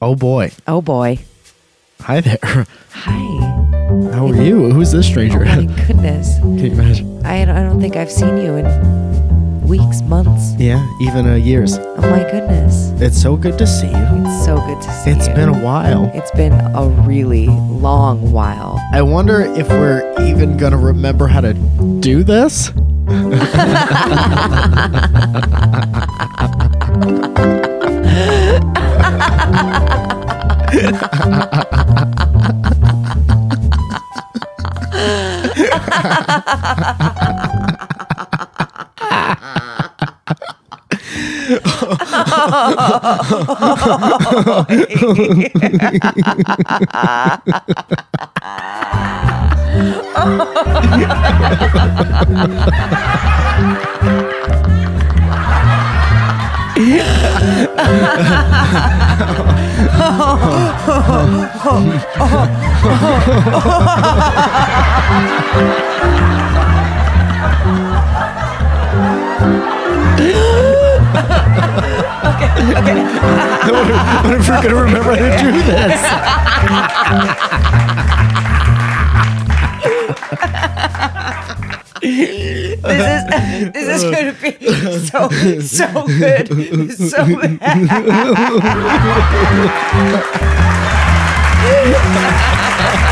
Oh boy. Oh boy. Hi there. Hi. How are you? Who's this stranger? My Can goodness. you imagine? I don't, I don't think I've seen you in weeks, months. Yeah, even uh, years. Oh my goodness. It's so good to see you. It's so good to see It's you. been a while. It's been a really long while. I wonder if we're even gonna remember how to do this. I wonder if we're gonna remember how to do this. This is this is going to be so so good, so bad.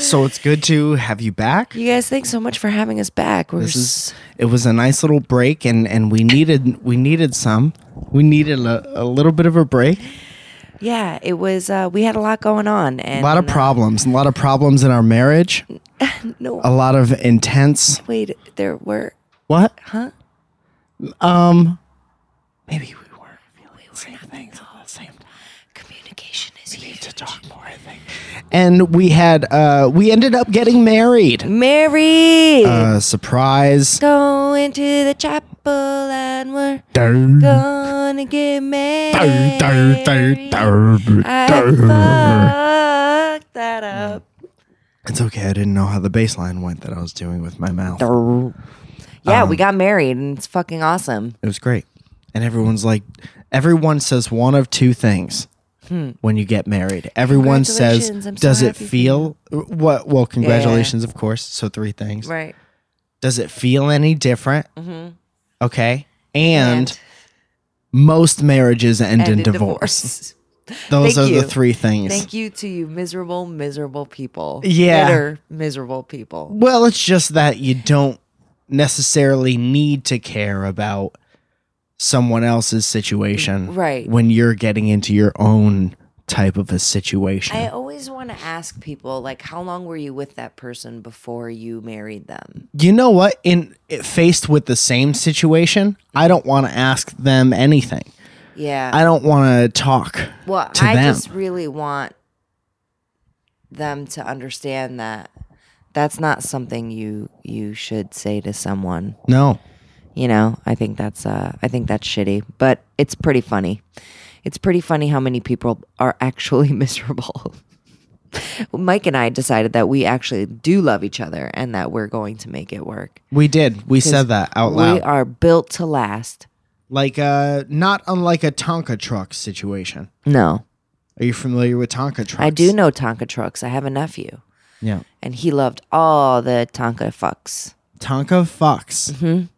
So it's good to have you back. You guys, thanks so much for having us back. We're This is s- it was a nice little break and and we needed we needed some. We needed a, a little bit of a break. yeah. It was uh, we had a lot going on and A lot of problems, a lot of problems in our marriage, No, a lot of intense wait, there were what? huh? Um maybe we weren't feeling the same things at the same time. Communication is huge. To talk more, I think. And we had uh we ended up getting Mm. married. Married. Uh surprise. Going to the chapel and we're Dun, gonna get dun, married. dun, dun, dun, I dun. fucked that up. It's okay. I didn't know how the bass line went that I was doing with my mouth. It Yeah, Um, we got married and it's fucking awesome. was great. And everyone's like, everyone says one of two things when you get married. Everyone says, Hmm. Congratulations, I'm so does it happy for feel, what? Well, congratulations, of course. So three things. Right. Mm-hmm. Does it feel any different? Okay. And, most marriages end in divorce. Those Thank are you. the three things. Thank you to you miserable, miserable people. Yeah. Bitter, miserable people. Well, it's just that you don't necessarily need to care about someone else's situation Mm, Right. when you're getting into your own type of a situation. I always want to ask people, like, how long were you with that person before you married them? you know what? In faced with the same situation, I don't want to ask them anything. Yeah. I don't want to talk Well, to I them. just really want them to understand that that's not something you you should say to someone. no. You know, I think that's uh I think that's shitty, but it's pretty funny. It's pretty funny how many people are actually miserable. Mike and I decided that we actually do love each other and that we're going to make it work. We did. We said that out We loud. are built to last. like uh not unlike a Tonka truck situation. No. Are you familiar with Tonka trucks? I do know Tonka trucks. I have a nephew Yeah. and he loved all the Tonka fucks. Tonka fucks.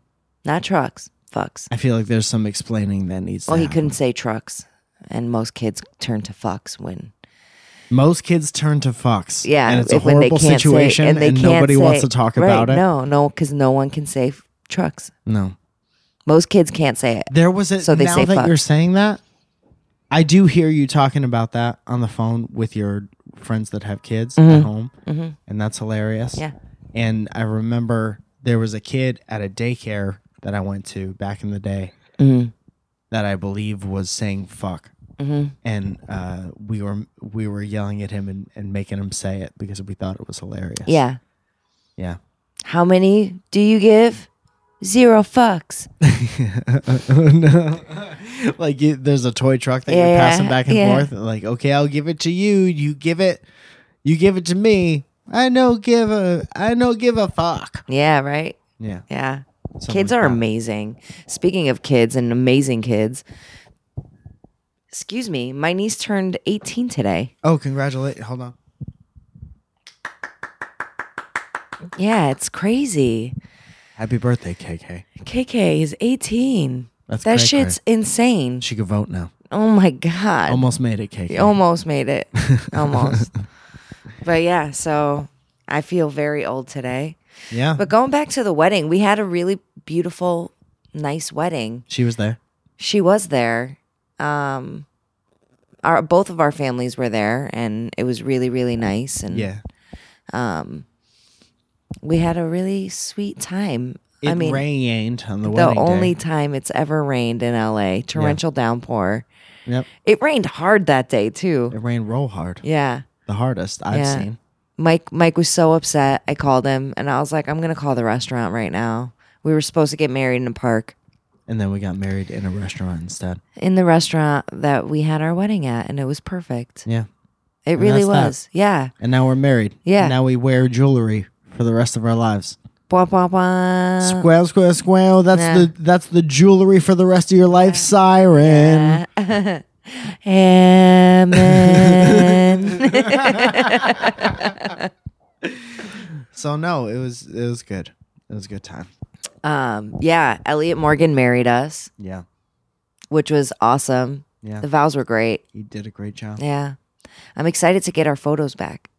Not trucks, fucks. I feel like there's some explaining that needs Well, to he happen. couldn't say trucks, and most kids turn to fucks when Most kids turn to fucks. yeah, and it's a if- when they horrible can't say- situation, and, they can't nobody wants to say- talk right, about it. No, no, because no one can say f- trucks. No. Most kids can't say it. there was a. So they now say that fuck. you're saying that, I do hear you talking about that on the phone with your friends that have kids at home, and that's hilarious. Mm-hmm. Yeah. And I remember there was a kid at a daycare that I went to back in the day that I believe was saying fuck. Mm-hmm. And uh, we were we were yelling at him and, and making him say it because we thought it was hilarious. Yeah. Yeah. How many do you give? Zero fucks. no. like you, there's a toy truck that you're Yeah, passing back and yeah. forth. Like, okay, I'll give it to you. You give it. You give it to me. I no give a. I no give a fuck. Yeah, right. Yeah. Yeah. Something kids like are that. amazing. Speaking of kids and amazing kids, s- excuse me, my niece turned 18 today. Oh, congratulate. Hold on. Yeah, it's crazy. Happy birthday, KK. KK is 18. That's that cray-cray. shit's insane. She could vote now. Oh my god. Almost made it, KK. You almost made it. almost. But yeah, so I feel very old today. Yeah. But going back to the wedding, we had a really beautiful, nice wedding. she was there. She was there. Um our both of our families were there and it was really really nice and Yeah. um we had a really sweet time. It I mean, rained on the, the wedding only day. time it's ever rained in LA, torrential downpour. Yep. It rained hard that day too. It rained roll hard. Yeah. The hardest I've Yeah. seen. Mike Mike was so upset. I called him and I was like, I'm gonna call the restaurant right now. We were supposed to get married in a park. And then we got married in a restaurant instead. In the restaurant that we had our wedding at and it was perfect. Yeah. It really that's that. was. Yeah. And now we're married. Yeah. And now we wear jewelry for the rest of our lives. Blah blah blah. Square, square, square. That's Uh. yeah. the that's the jewelry for the rest of your life, siren. Amen. So no, it was it was good. It was a good time. um, yeah, Elliot Morgan married us, Yeah. which was awesome. Yeah. The vows were great. You did a great job. Yeah. I'm excited to get our photos back.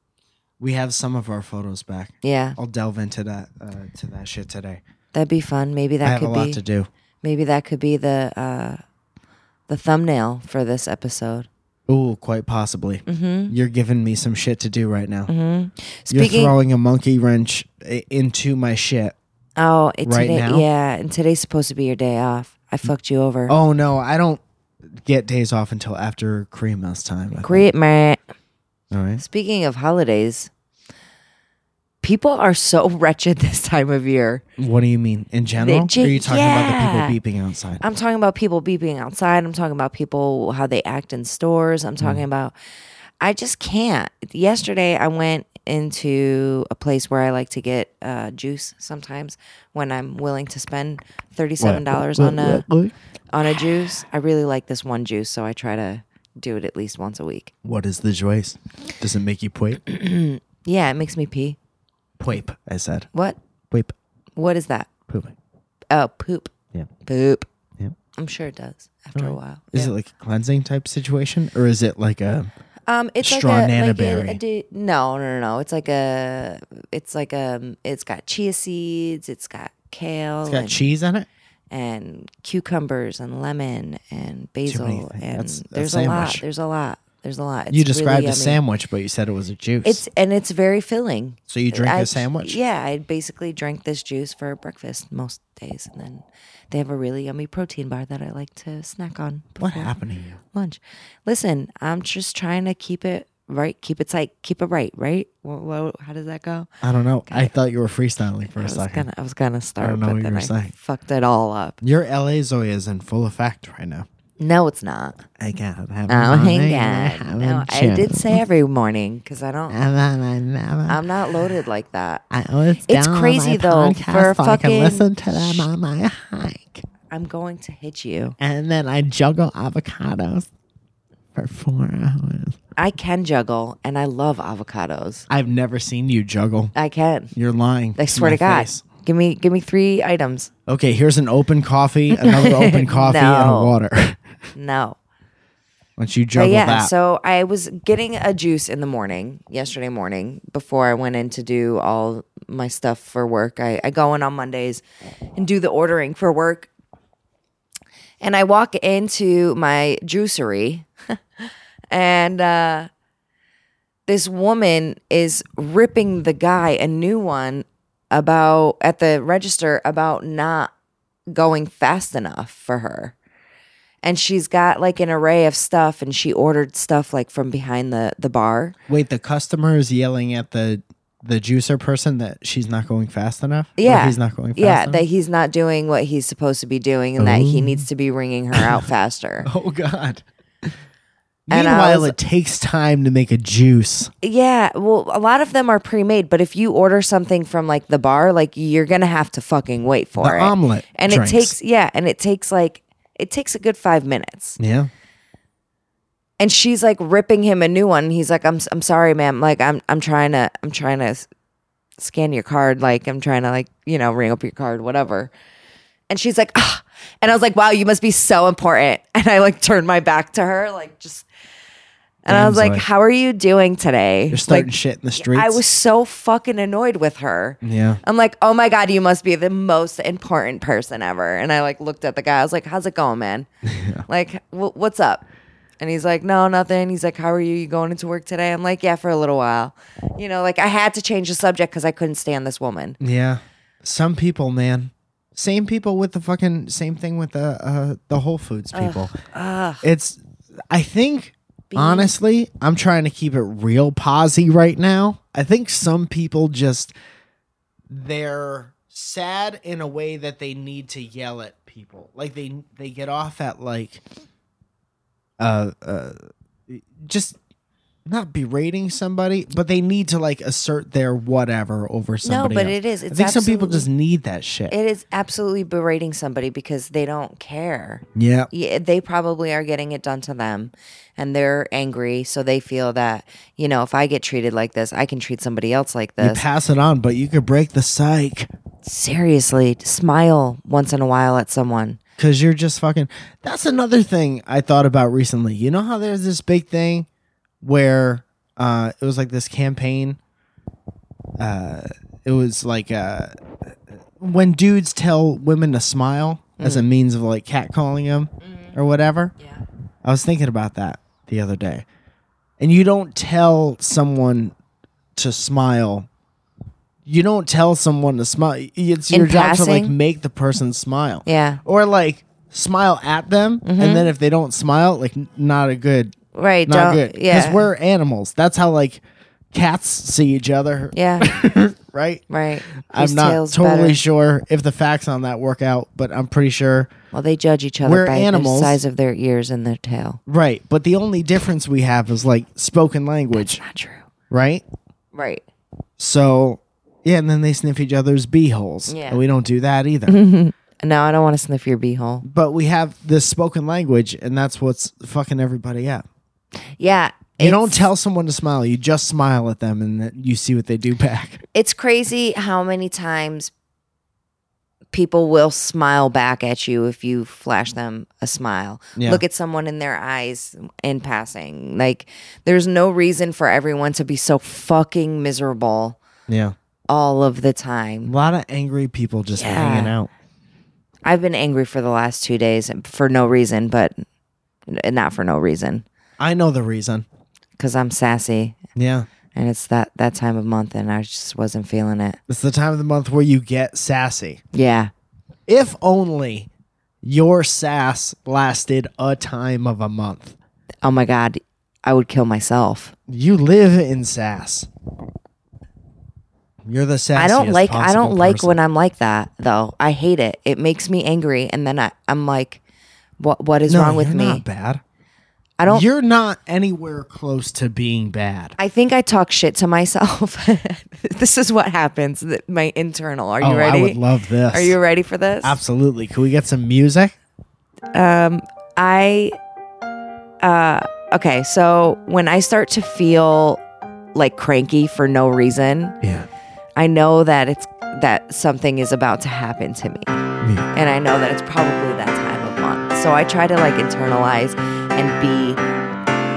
We have some of our photos back. Yeah. I'll delve into that uh, to that shit today. That'd be fun. Maybe I that have a could lot be to do. maybe that could be the uh the thumbnail for this episode. Ooh, quite possibly. Mhm. You're giving me some shit to do right now. Mhm. You're Speaking throwing a monkey wrench i- into my shit. Oh, it, right today now? yeah, and today's supposed to be your day off. I fucked you over. Oh no, I don't get days off until after Krima's time. I think. Great man. All right. Speaking of holidays, people are so wretched this time of year. What do you mean in general? ge- are you talking about yeah. the people beeping outside? I'm talking about people beeping outside. I'm talking about people how they act in stores. I'm talking about I just can't. Yesterday I went into a place where I like to get uh, juice sometimes when I'm willing to spend thirty seven dollars on a on a juice. I really like this one juice, so I try to do it at least once a week. What is the joyce? Does it make you poip? Yeah, it makes me pee. Poip, I said. What? Poip. What is that? Pooping. Oh, poop. Yeah. Poop. Yeah. I'm sure it does after a while. Is Yeah. it like a cleansing type situation, or is it like a? Um, it's straw like a, nana like a, berry? a di- no, no, no, no. It's like a, it's like um, it's got chia seeds, it's got kale, It's got and, cheese in it. and cucumbers and lemon and Too basil many and things. That's a there's a lot. sandwich. There's a lot. There's a lot. It's you described really a yummy. sandwich, but you said it was a juice. It's and it's very filling. so you drink I- a sandwich. Yeah, I basically drank this juice for breakfast most days, and then they have a really yummy protein bar that I like to snack on. What before happened to you? lunch. Listen, I'm just trying to keep it right, keep it tight, keep it right, right? Wha- wha- how does that go? I don't know. I thought you were freestyling for I a was second. gonna, I was gonna start, know but what you then were I saying. fucked it all up. Your LA Zoya is in full effect right now. No, it's not. I can't have Oh, hang on. No, I did say every morning because I don't. I'm, I'm not loaded like that. I always It's crazy, though, for so I can fucking- listen to them on my hike, I'm going to hit you. and then I juggle avocados for four hours. I can juggle, and I love avocados. I've never seen you juggle. I can. You're lying. I to swear my to God. face. Give me give me three items. Okay, here's an open coffee, another open coffee, and No. a water. No. Once you juggle But yeah, that, so I was getting a juice in the morning, yesterday morning, before I went in to do all my stuff for work. I, I go in on Mondays and do the ordering for work. And I walk into my juicery and uh this woman is ripping the guy a new one about at the register about not going fast enough for her and she's got like an array of stuff and she ordered stuff like from behind the the bar wait, the customer is yelling at the the juicer person that she's not going fast enough. Or Yeah. he's not going fast yeah enough. that he's not doing what he's supposed to be doing and that he Ooh. needs to be ringing her out faster Oh God. And I Meanwhile, was- it takes time to make a juice. yeah well a lot of them are pre-made but if you order something from like the bar like you're gonna have to fucking wait for The it omelet and drinks. it takes yeah and it takes like it takes a good five minutes yeah. and she's like ripping him a new one. and He's like, "I'm I'm sorry, ma'am. Like I'm I'm trying to I'm trying to s- scan your card. Like I'm trying to like you know ring up your card, whatever." And she's like, ah. and I was like, "Wow, you must be so important." And I like turned my back to her, like just. And I was Damn, like, Zoe. "How are you doing today?" You're starting Like, shit in the streets. I was so fucking annoyed with her. Yeah. I'm like, oh my God, you must be the most important person ever. And I like looked at the guy. I was like, how's it going, man? Like, wh- what's up? And he's like, no, nothing. He's like, how are you? You going into work today? I'm like, yeah, for a little while. You know, like I had to change the subject because I couldn't stand this woman. Yeah. Some people, man. Same people with the fucking same thing with the uh, the Whole Foods people. It's I think honestly, I'm trying to keep it real posy right now. I think some people just they're sad in a way that they need to yell at people. Like they they get off at like uh uh just not berating somebody, but they need to like assert their whatever over somebody. but else. it is. It's I think some people absolutely- just need that shit. It is absolutely berating somebody because they don't care. yeah. yeah, they probably are getting it done to them and they're angry. So they feel that, you know, if I get treated like this, I can treat somebody else like You this. pass it on, but you could break the psych Seriously, smile once in a while at someone. because you're just fucking. That's another thing I thought about recently. You know how there's this big thing where uh, it was like this campaign. Uh, it was like uh, when dudes tell women to smile as a means of like catcalling them or whatever. Yeah. I was thinking about that the other day. And you don't tell someone to smile. You don't tell someone to smile. It's In your job to like passing? make the person smile. Yeah. Or like smile at them Mm-hmm. and then if they don't smile, like n- not a good Right. not don't, good. Yeah. Cuz we're animals. That's how like cats see each other, yeah. right? Right. Whose I'm not tail's totally better? sure if the facts on that work out, but I'm pretty sure well, they judge each other We're by animals. the size of their ears and their tail. Right, but the only difference we have is like spoken language, Not true. right? Right. So, yeah, and then they sniff each other's beeholes. Yeah. Mm-hmm. And we don't do that either. No, I don't want to sniff your beehole. but we have this spoken language, and that's what's fucking everybody up. Yeah. You don't it's- tell someone to smile, you just smile at them and then you see what they do back. it's crazy how many times people will smile back at you if you flash them a smile. Yeah. Look at someone in their eyes in passing. Like there's no reason for everyone to be so fucking miserable Yeah. all of the A time. lot of angry people just Yeah. hanging out. I've been angry for the last 2 days for no reason, but n- not for no reason I know the reason. cuz I'm sassy Yeah. and it's that that time of month and I just wasn't feeling it. It's the time of the month where you get sassy. Yeah. If only your sass lasted a time of a month. Oh my god, I would kill myself. You live in sass. You're the sassiest I don't like I possible don't like person. when I'm like that though. I hate it. It makes me angry and then I, I'm like what what is No, wrong with you're me? Not bad. I don't You're not anywhere close to being bad. I think I talk shit to myself. this is what happens. th- My internal. Are you oh, ready? I would love this. Are you ready for this? Absolutely. Can we get some music? um I uh okay, so when I start to feel like cranky for no reason, Yeah. I know that it's that something is about to happen to me. Yeah. and I know that it's probably that time of month. So I try to like internalize and be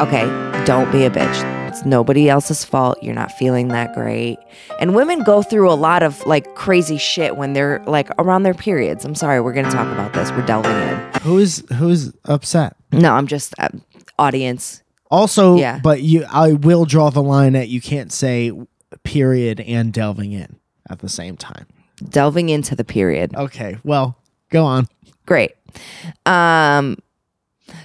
okay, don't be a bitch. It's nobody else's fault. You're not feeling that great. And women go through a lot of like crazy shit when they're like around their periods. I'm sorry, we're going to talk about this. We're delving in. Who's who's upset? No, I'm just uh, audience. Also, Yeah. but you I will draw the line at you can't say period and delving in at the same time. Delving into the period. Okay. Well, go on. Great. Um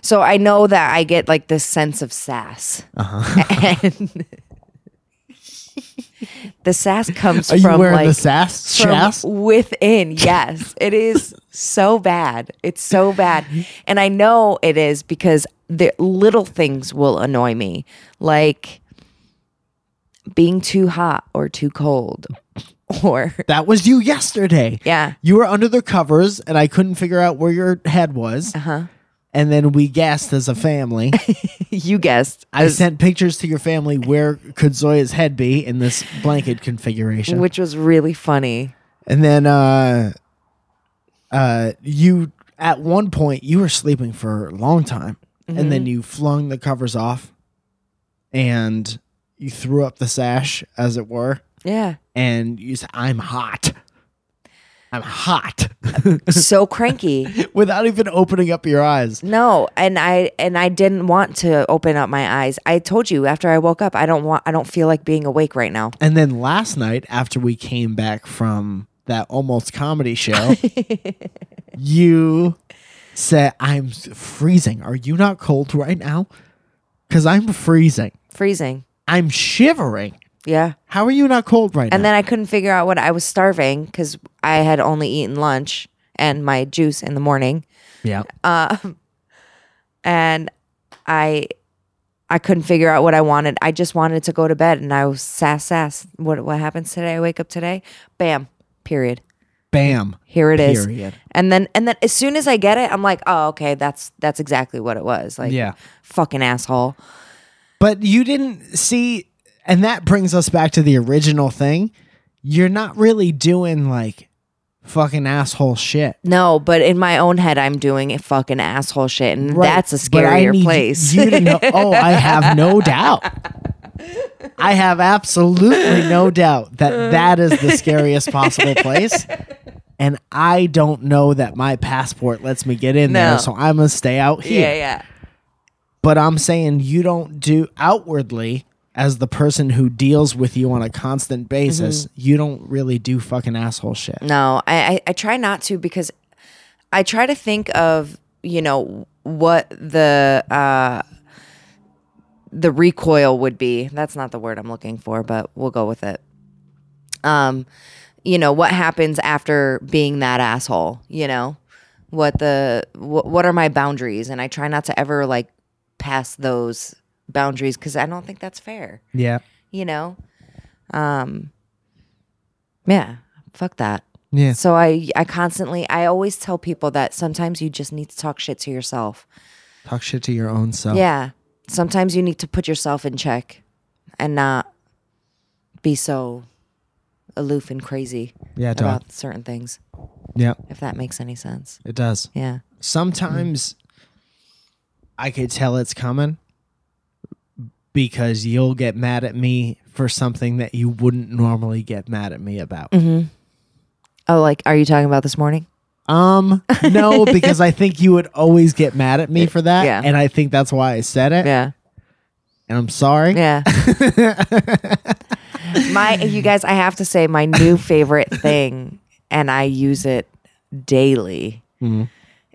so I know that I get like this sense of sass. Uh-huh. and the sass comes Are you from wearing like the sass? from Sass? within. Yes, it is so bad. It's so bad, and I know it is because the little things will annoy me, like being too hot or too cold, or That was you yesterday. yeah, You were under the covers and I couldn't figure out where your head was. uh huh, and then we guessed as a family. you guessed. I sent pictures to your family where could Zoya's head be in this blanket configuration. which was really funny. and then uh uh you at one point you were sleeping for a long time and then you flung the covers off and you threw up the sash as it were Yeah. and you said I'm hot. I'm hot So cranky. without even opening up your eyes. No, and I and I didn't want to open up my eyes. I told you after I woke up, I don't want I don't feel like being awake right now. And then last night, after we came back from that almost comedy show, you said, I'm s- freezing. Are you not cold right now? Because I'm freezing. Freezing. I'm shivering. Yeah. How are you not cold right And now? then I couldn't figure out what I was starving cuz I had only eaten lunch and my juice in the morning. Um, yeah. and I I couldn't figure out what I wanted. I just wanted to go to bed, and I was sass sass. What what happens today? I wake up today, bam, period. Bam. Here it is. Period. And then and then as soon as I get it, I'm like, oh okay, that's that's exactly what it was. Like Yeah. fucking asshole. But you didn't see, and that brings us back to the original thing. You're not really doing like fucking asshole shit. No, but in my own head, I'm doing a fucking asshole shit, and Right, that's a but I scarier need place. You to know, oh, I have no doubt. I have absolutely no doubt that that is the scariest possible place. And I don't know that my passport lets me get in No. there, so I'm gonna stay out here. yeah, yeah, But I'm saying you don't do outwardly as the person who deals with you on a constant basis. Mm-hmm. You don't really do fucking asshole shit. No, I, I, I try not to because I try to think of, you know, what the uh the recoil would be. That's not the word I'm looking for, but we'll go with it. Um, you know, what happens after being that asshole, you know? What the what, what are my boundaries? And I try not to ever like pass those boundaries cuz I don't think that's fair Yeah. you know um yeah fuck that Yeah. so i i constantly i always tell people that sometimes you just need to talk shit to yourself Talk shit to your own self. yeah sometimes you need to put yourself in check and not be so aloof and crazy Yeah, dog. about certain things Yeah. if that makes any sense It does. yeah sometimes I could tell it's coming because you'll get mad at me for something that you wouldn't normally get mad at me about. oh like are you talking about this morning Um, no, because I think you would always get mad at me for that, Yeah. and I think that's why I said it. yeah And I'm sorry. Yeah. my you guys, I have to say my new favorite thing, and I use it daily.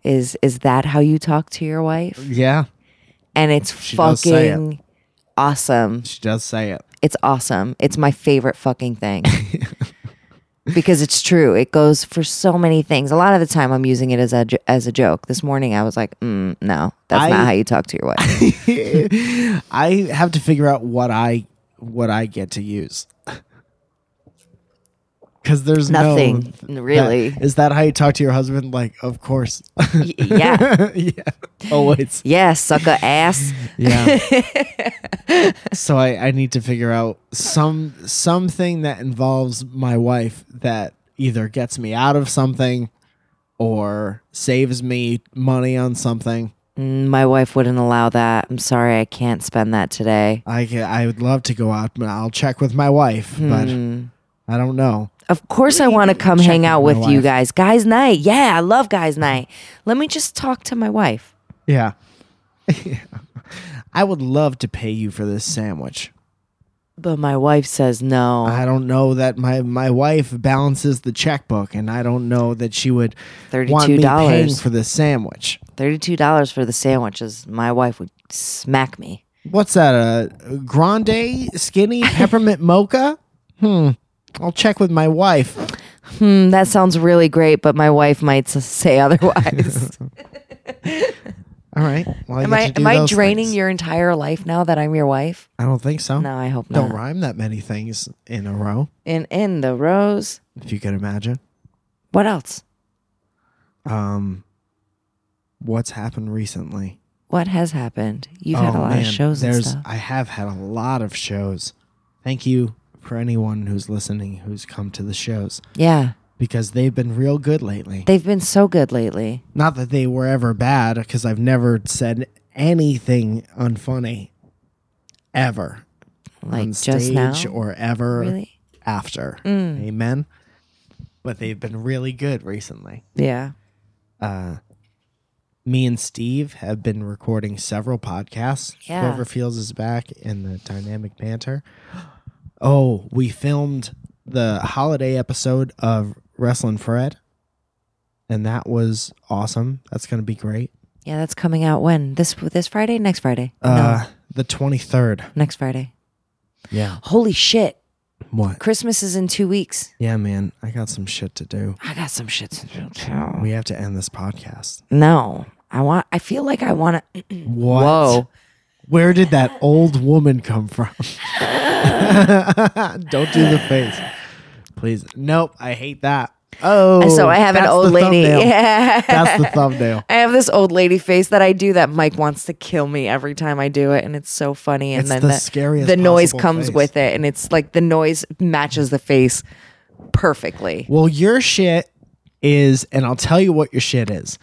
Is is that how you talk to your wife? Yeah, And it's does say it. fucking awesome. she does say it. It's awesome. It's my favorite fucking thing. because it's true. It goes for so many things. A lot of the time I'm using it as a jo- as a joke. This morning I was like, mm, no, that's I- not how you talk to your wife. I have to figure out what I what I get to use. Cause there's no- Nothing, really. That, is that how you talk to your husband? Like, of course. Y- yeah. yeah. Always. Yeah, sucker ass. Yeah. so I, I need to figure out some something that involves my wife that either gets me out of something or saves me money on something. Mm, My wife wouldn't allow that. I'm sorry, I can't spend that today. I ca- I would love to go out, but I'll check with my wife, Hmm. but I don't know. Of course, I want to come hang out with with my you wife. guys. Guys' night. Yeah, I love guys' night. Let me just talk to my wife. Yeah. I would love to pay you for this sandwich. But my wife says no. I don't know that my my wife balances the checkbook, and I don't know that she would want me paying $32. for the sandwich. $32 for the sandwiches. My wife would smack me. What's that? A grande skinny peppermint mocha? Hmm. I'll check with my wife. Hmm, that sounds really great, but my wife might s- say otherwise. All right. Well, am I, am I draining your entire life now that I'm your wife? I don't think so. No, I hope Don't not. rhyme that many things in a row, In, in the rose. if you can imagine. What else? Um, what's happened recently. What has happened? You've had a lot of shows and Oh, There's, stuff. I have had a lot of shows. Thank you for anyone who's listening who's come to the shows Yeah. because they've been real good lately. They've been so good lately. Not that they were ever bad because I've never said anything unfunny ever Like on just stage now. or ever Really? Mm. after. Amen. But they've been really good recently. yeah. Uh, Me and Steve have been recording several podcasts. Yeah. Cloverfields is back in the Dynamic Banter. Oh, we filmed the holiday episode of Wrestling Fred, and that was awesome. That's going to be great. Yeah, that's coming out when? This this Friday, next Friday. Uh, the 23rd. no, next Friday. Yeah. Holy shit. What? Christmas is in 2 weeks. Yeah, man. I got some shit to do. I got some shit to do. too. We have to end this podcast. No. I want I feel like I want to What? Whoa. Where did that old woman come from? Don't do the face. Please. Nope. I hate that. Oh. so I have an that's old the lady. thumbnail. Yeah. That's the thumbnail. I have this old lady face that I do that Mike wants to kill me every time I do it, and it's so funny. And It's then the scariest the noise possible comes face. with it, and it's like the noise matches the face perfectly. Well, your shit is, and I'll tell you what your shit is.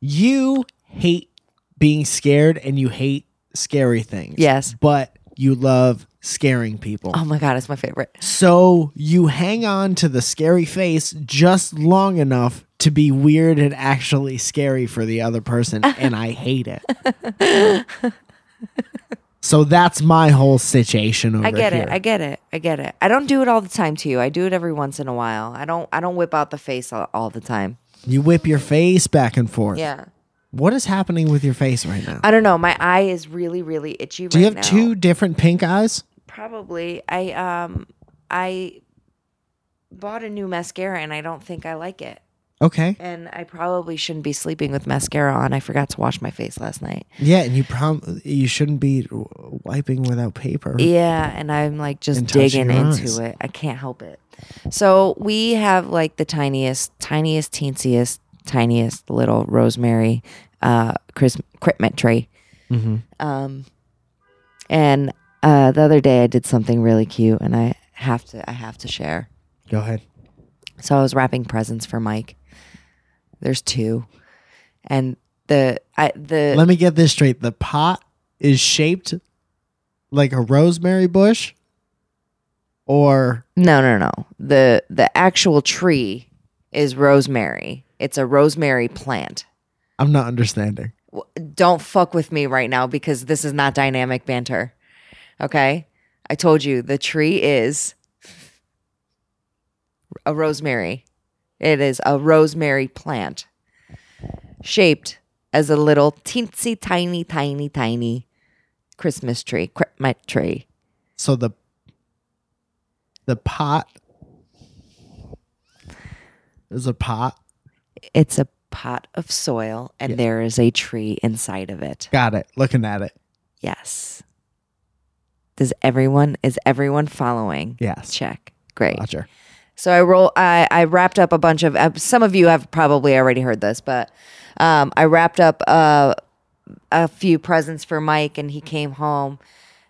You hate being scared and you hate scary things. Yes. But you love scaring people. Oh my god, it's my favorite. So you hang on to the scary face just long enough to be weird and actually scary for the other person, and I hate it. so that's my whole situation over I get here. it. I get it. I get it. I don't do it all the time to you. I do it every once in a while. I don't. I don't whip out the face all, all the time. you whip your face back and forth. Yeah. Uh, What is happening with your face right now? I don't know. My eye is really, really itchy. Do you have two different pink eyes? Probably. I um. I bought a new mascara, and I don't think I like it. Okay. And I probably shouldn't be sleeping with mascara on. I forgot to wash my face last night. Yeah, and you prom- you shouldn't be wiping without paper. Yeah, and I'm like just And touching digging your into eyes. it. I can't help it. So we have like the tiniest, tiniest, teensiest, tiniest little rosemary uh Chris Christmas tree. Mm-hmm. Um and uh the other day I did something really cute and I have to I have to share. Go ahead. So I was wrapping presents for Mike. There's two. And the I the Let me get this straight. The pot is shaped like a rosemary bush or No, no, no. The the actual tree is rosemary. It's a rosemary plant. I'm not understanding. W- Don't fuck with me right now because this is not dynamic banter. Okay? I told you the tree is a rosemary. It is a rosemary plant shaped as a little teensy tiny tiny tiny Christmas tree, Christmas tree. So the the pot is a pot. It's a pot of soil and there is a tree inside of it. Got it. Looking at it. Yes. Does everyone is everyone following? Yes. Check. Great. Roger. So I roll. I, I wrapped up a bunch of. Uh, some of you have probably already heard this, but um, I wrapped up uh, a few presents for Mike, and he came home,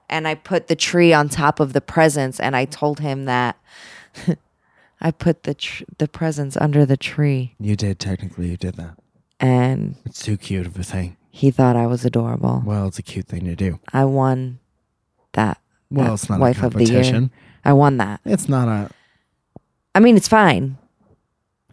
and I put the tree on top of the presents, and I told him that I put the tr- the presents under the tree, You did technically you did that. and It's too cute of a thing. he thought I was adorable. Well, it's a cute thing to do. I won that. Well, that it's not a wife of the year. competition. I won that. It's not a I mean, it's fine.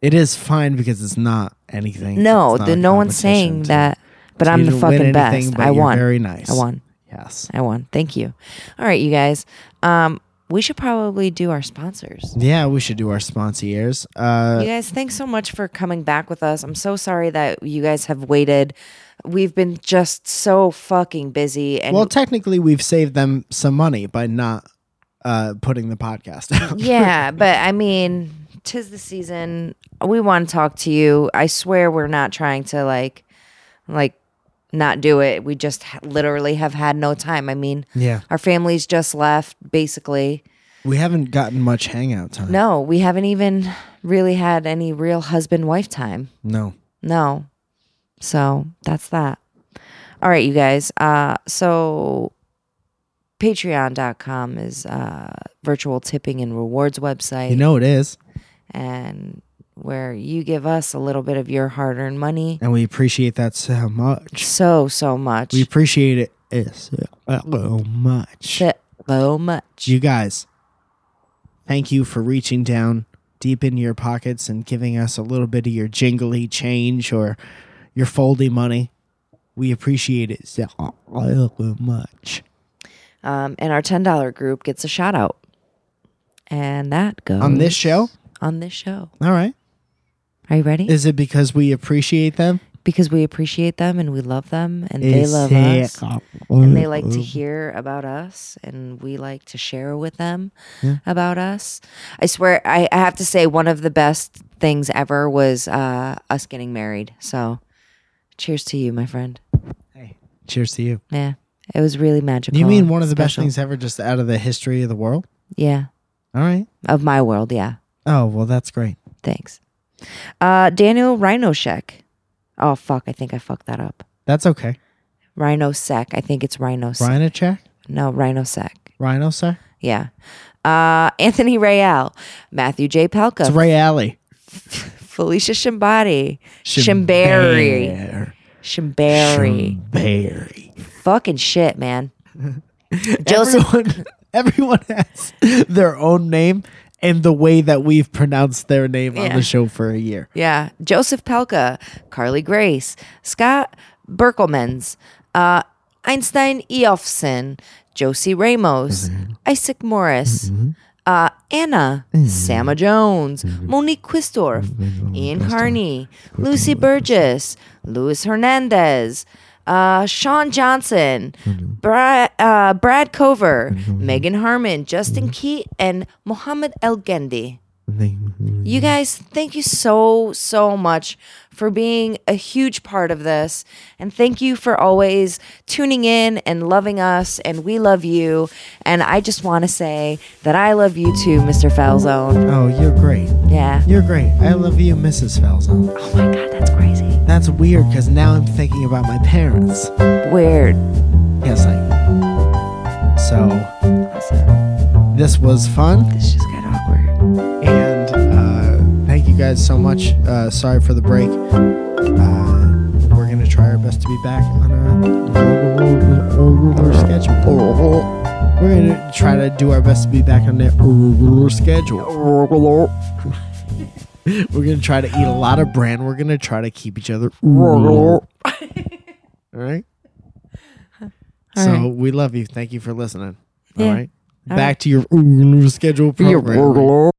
it is fine because it's not anything. No, it's not the, a no one's competition saying to- that. But to I'm the even win fucking anything, best. but I you're won. Very nice. I won. Yes. I won. Thank you. All right, you guys. Um, we should probably do our sponsors. Yeah, we should do our sponsors. Uh, You guys, thanks so much for coming back with us. I'm so sorry that you guys have waited. We've been just so fucking busy and well, technically, we've saved them some money by not uh, putting the podcast out. yeah, but I mean, tis the season. We want to talk to you. I swear we're not trying to like, like, not do it. We just ha- literally have had no time. I mean, Yeah. our families just left basically. We haven't gotten much hangout time. No, we haven't even really had any real husband wife time. No. No. So that's that. All right, you guys. Uh, so patreon.com is uh, virtual tipping and rewards website You know it is, and where you give us a little bit of your hard-earned money and we appreciate that so much. so so much We appreciate it is so much. Shit, so much You guys, thank you for reaching down deep into your pockets and giving us a little bit of your jingly change or your foldy money. We appreciate it so much. um, and our $10 group gets a shout out and that goes On this show? on this show All right. are you ready Is it because we appreciate them? because we appreciate them and we love them and they love us and they like Mm-hmm. Oh, to hear about us and we like to share with them about us i swear I, I have to say one of the best things ever was uh, us getting married so cheers to you my friend Hey, cheers to you. yeah it was really magical You mean and one of the best special. things ever just out of the history of the world? yeah All right. of my world yeah Oh, well, that's great. thanks uh, daniel rhinoshek oh fuck i think i fucked that up That's okay. rhinosec i think it's rhinosec Rhino check? no rhinosec Rhino, sir? yeah uh, anthony rayal matthew j palka It's Ray Alley. Felicia Shimbari. Shimbari. Shimbari. Shimbari. Fucking shit, man. Joseph everyone, everyone has their own name and the way that we've pronounced their name on Yeah. the show for a year. Yeah. Joseph Pelka, Carly Grace, Scott Berkelmans, uh, Einstein Eofson, Josie Ramos, Isaac Morris, uh, Anna, Sama Jones, Monique Quistorf, Ian Carney, Lucy Burgess, Luis Hernandez, uh, Sean Johnson, Brad, uh, Brad Cover, Megan Harmon, Justin Key, and Mohammed El Gendi. You guys, thank you so, so much for being a huge part of this. And thank you for always tuning in and loving us. And we love you. And I just want to say that I love you too, Mr. Falzone. Oh, you're great. Yeah. You're great. I love you, Mrs. Falzon. Oh my God, that's crazy. That's weird because now I'm thinking about my parents. Weird. Yes, I. So Also, this was fun, this just got awkward. and uh, thank you guys so much. Uh, sorry for the break. Uh, we're gonna try our best to be back on uh, a regular schedule. Oh, We're gonna try to do our best to be back on that regular schedule. We're gonna try to eat a lot of bran. We're gonna try to keep each other. All right. All so right. we love you. Thank you for listening. Yeah. All right. Back to your schedule program.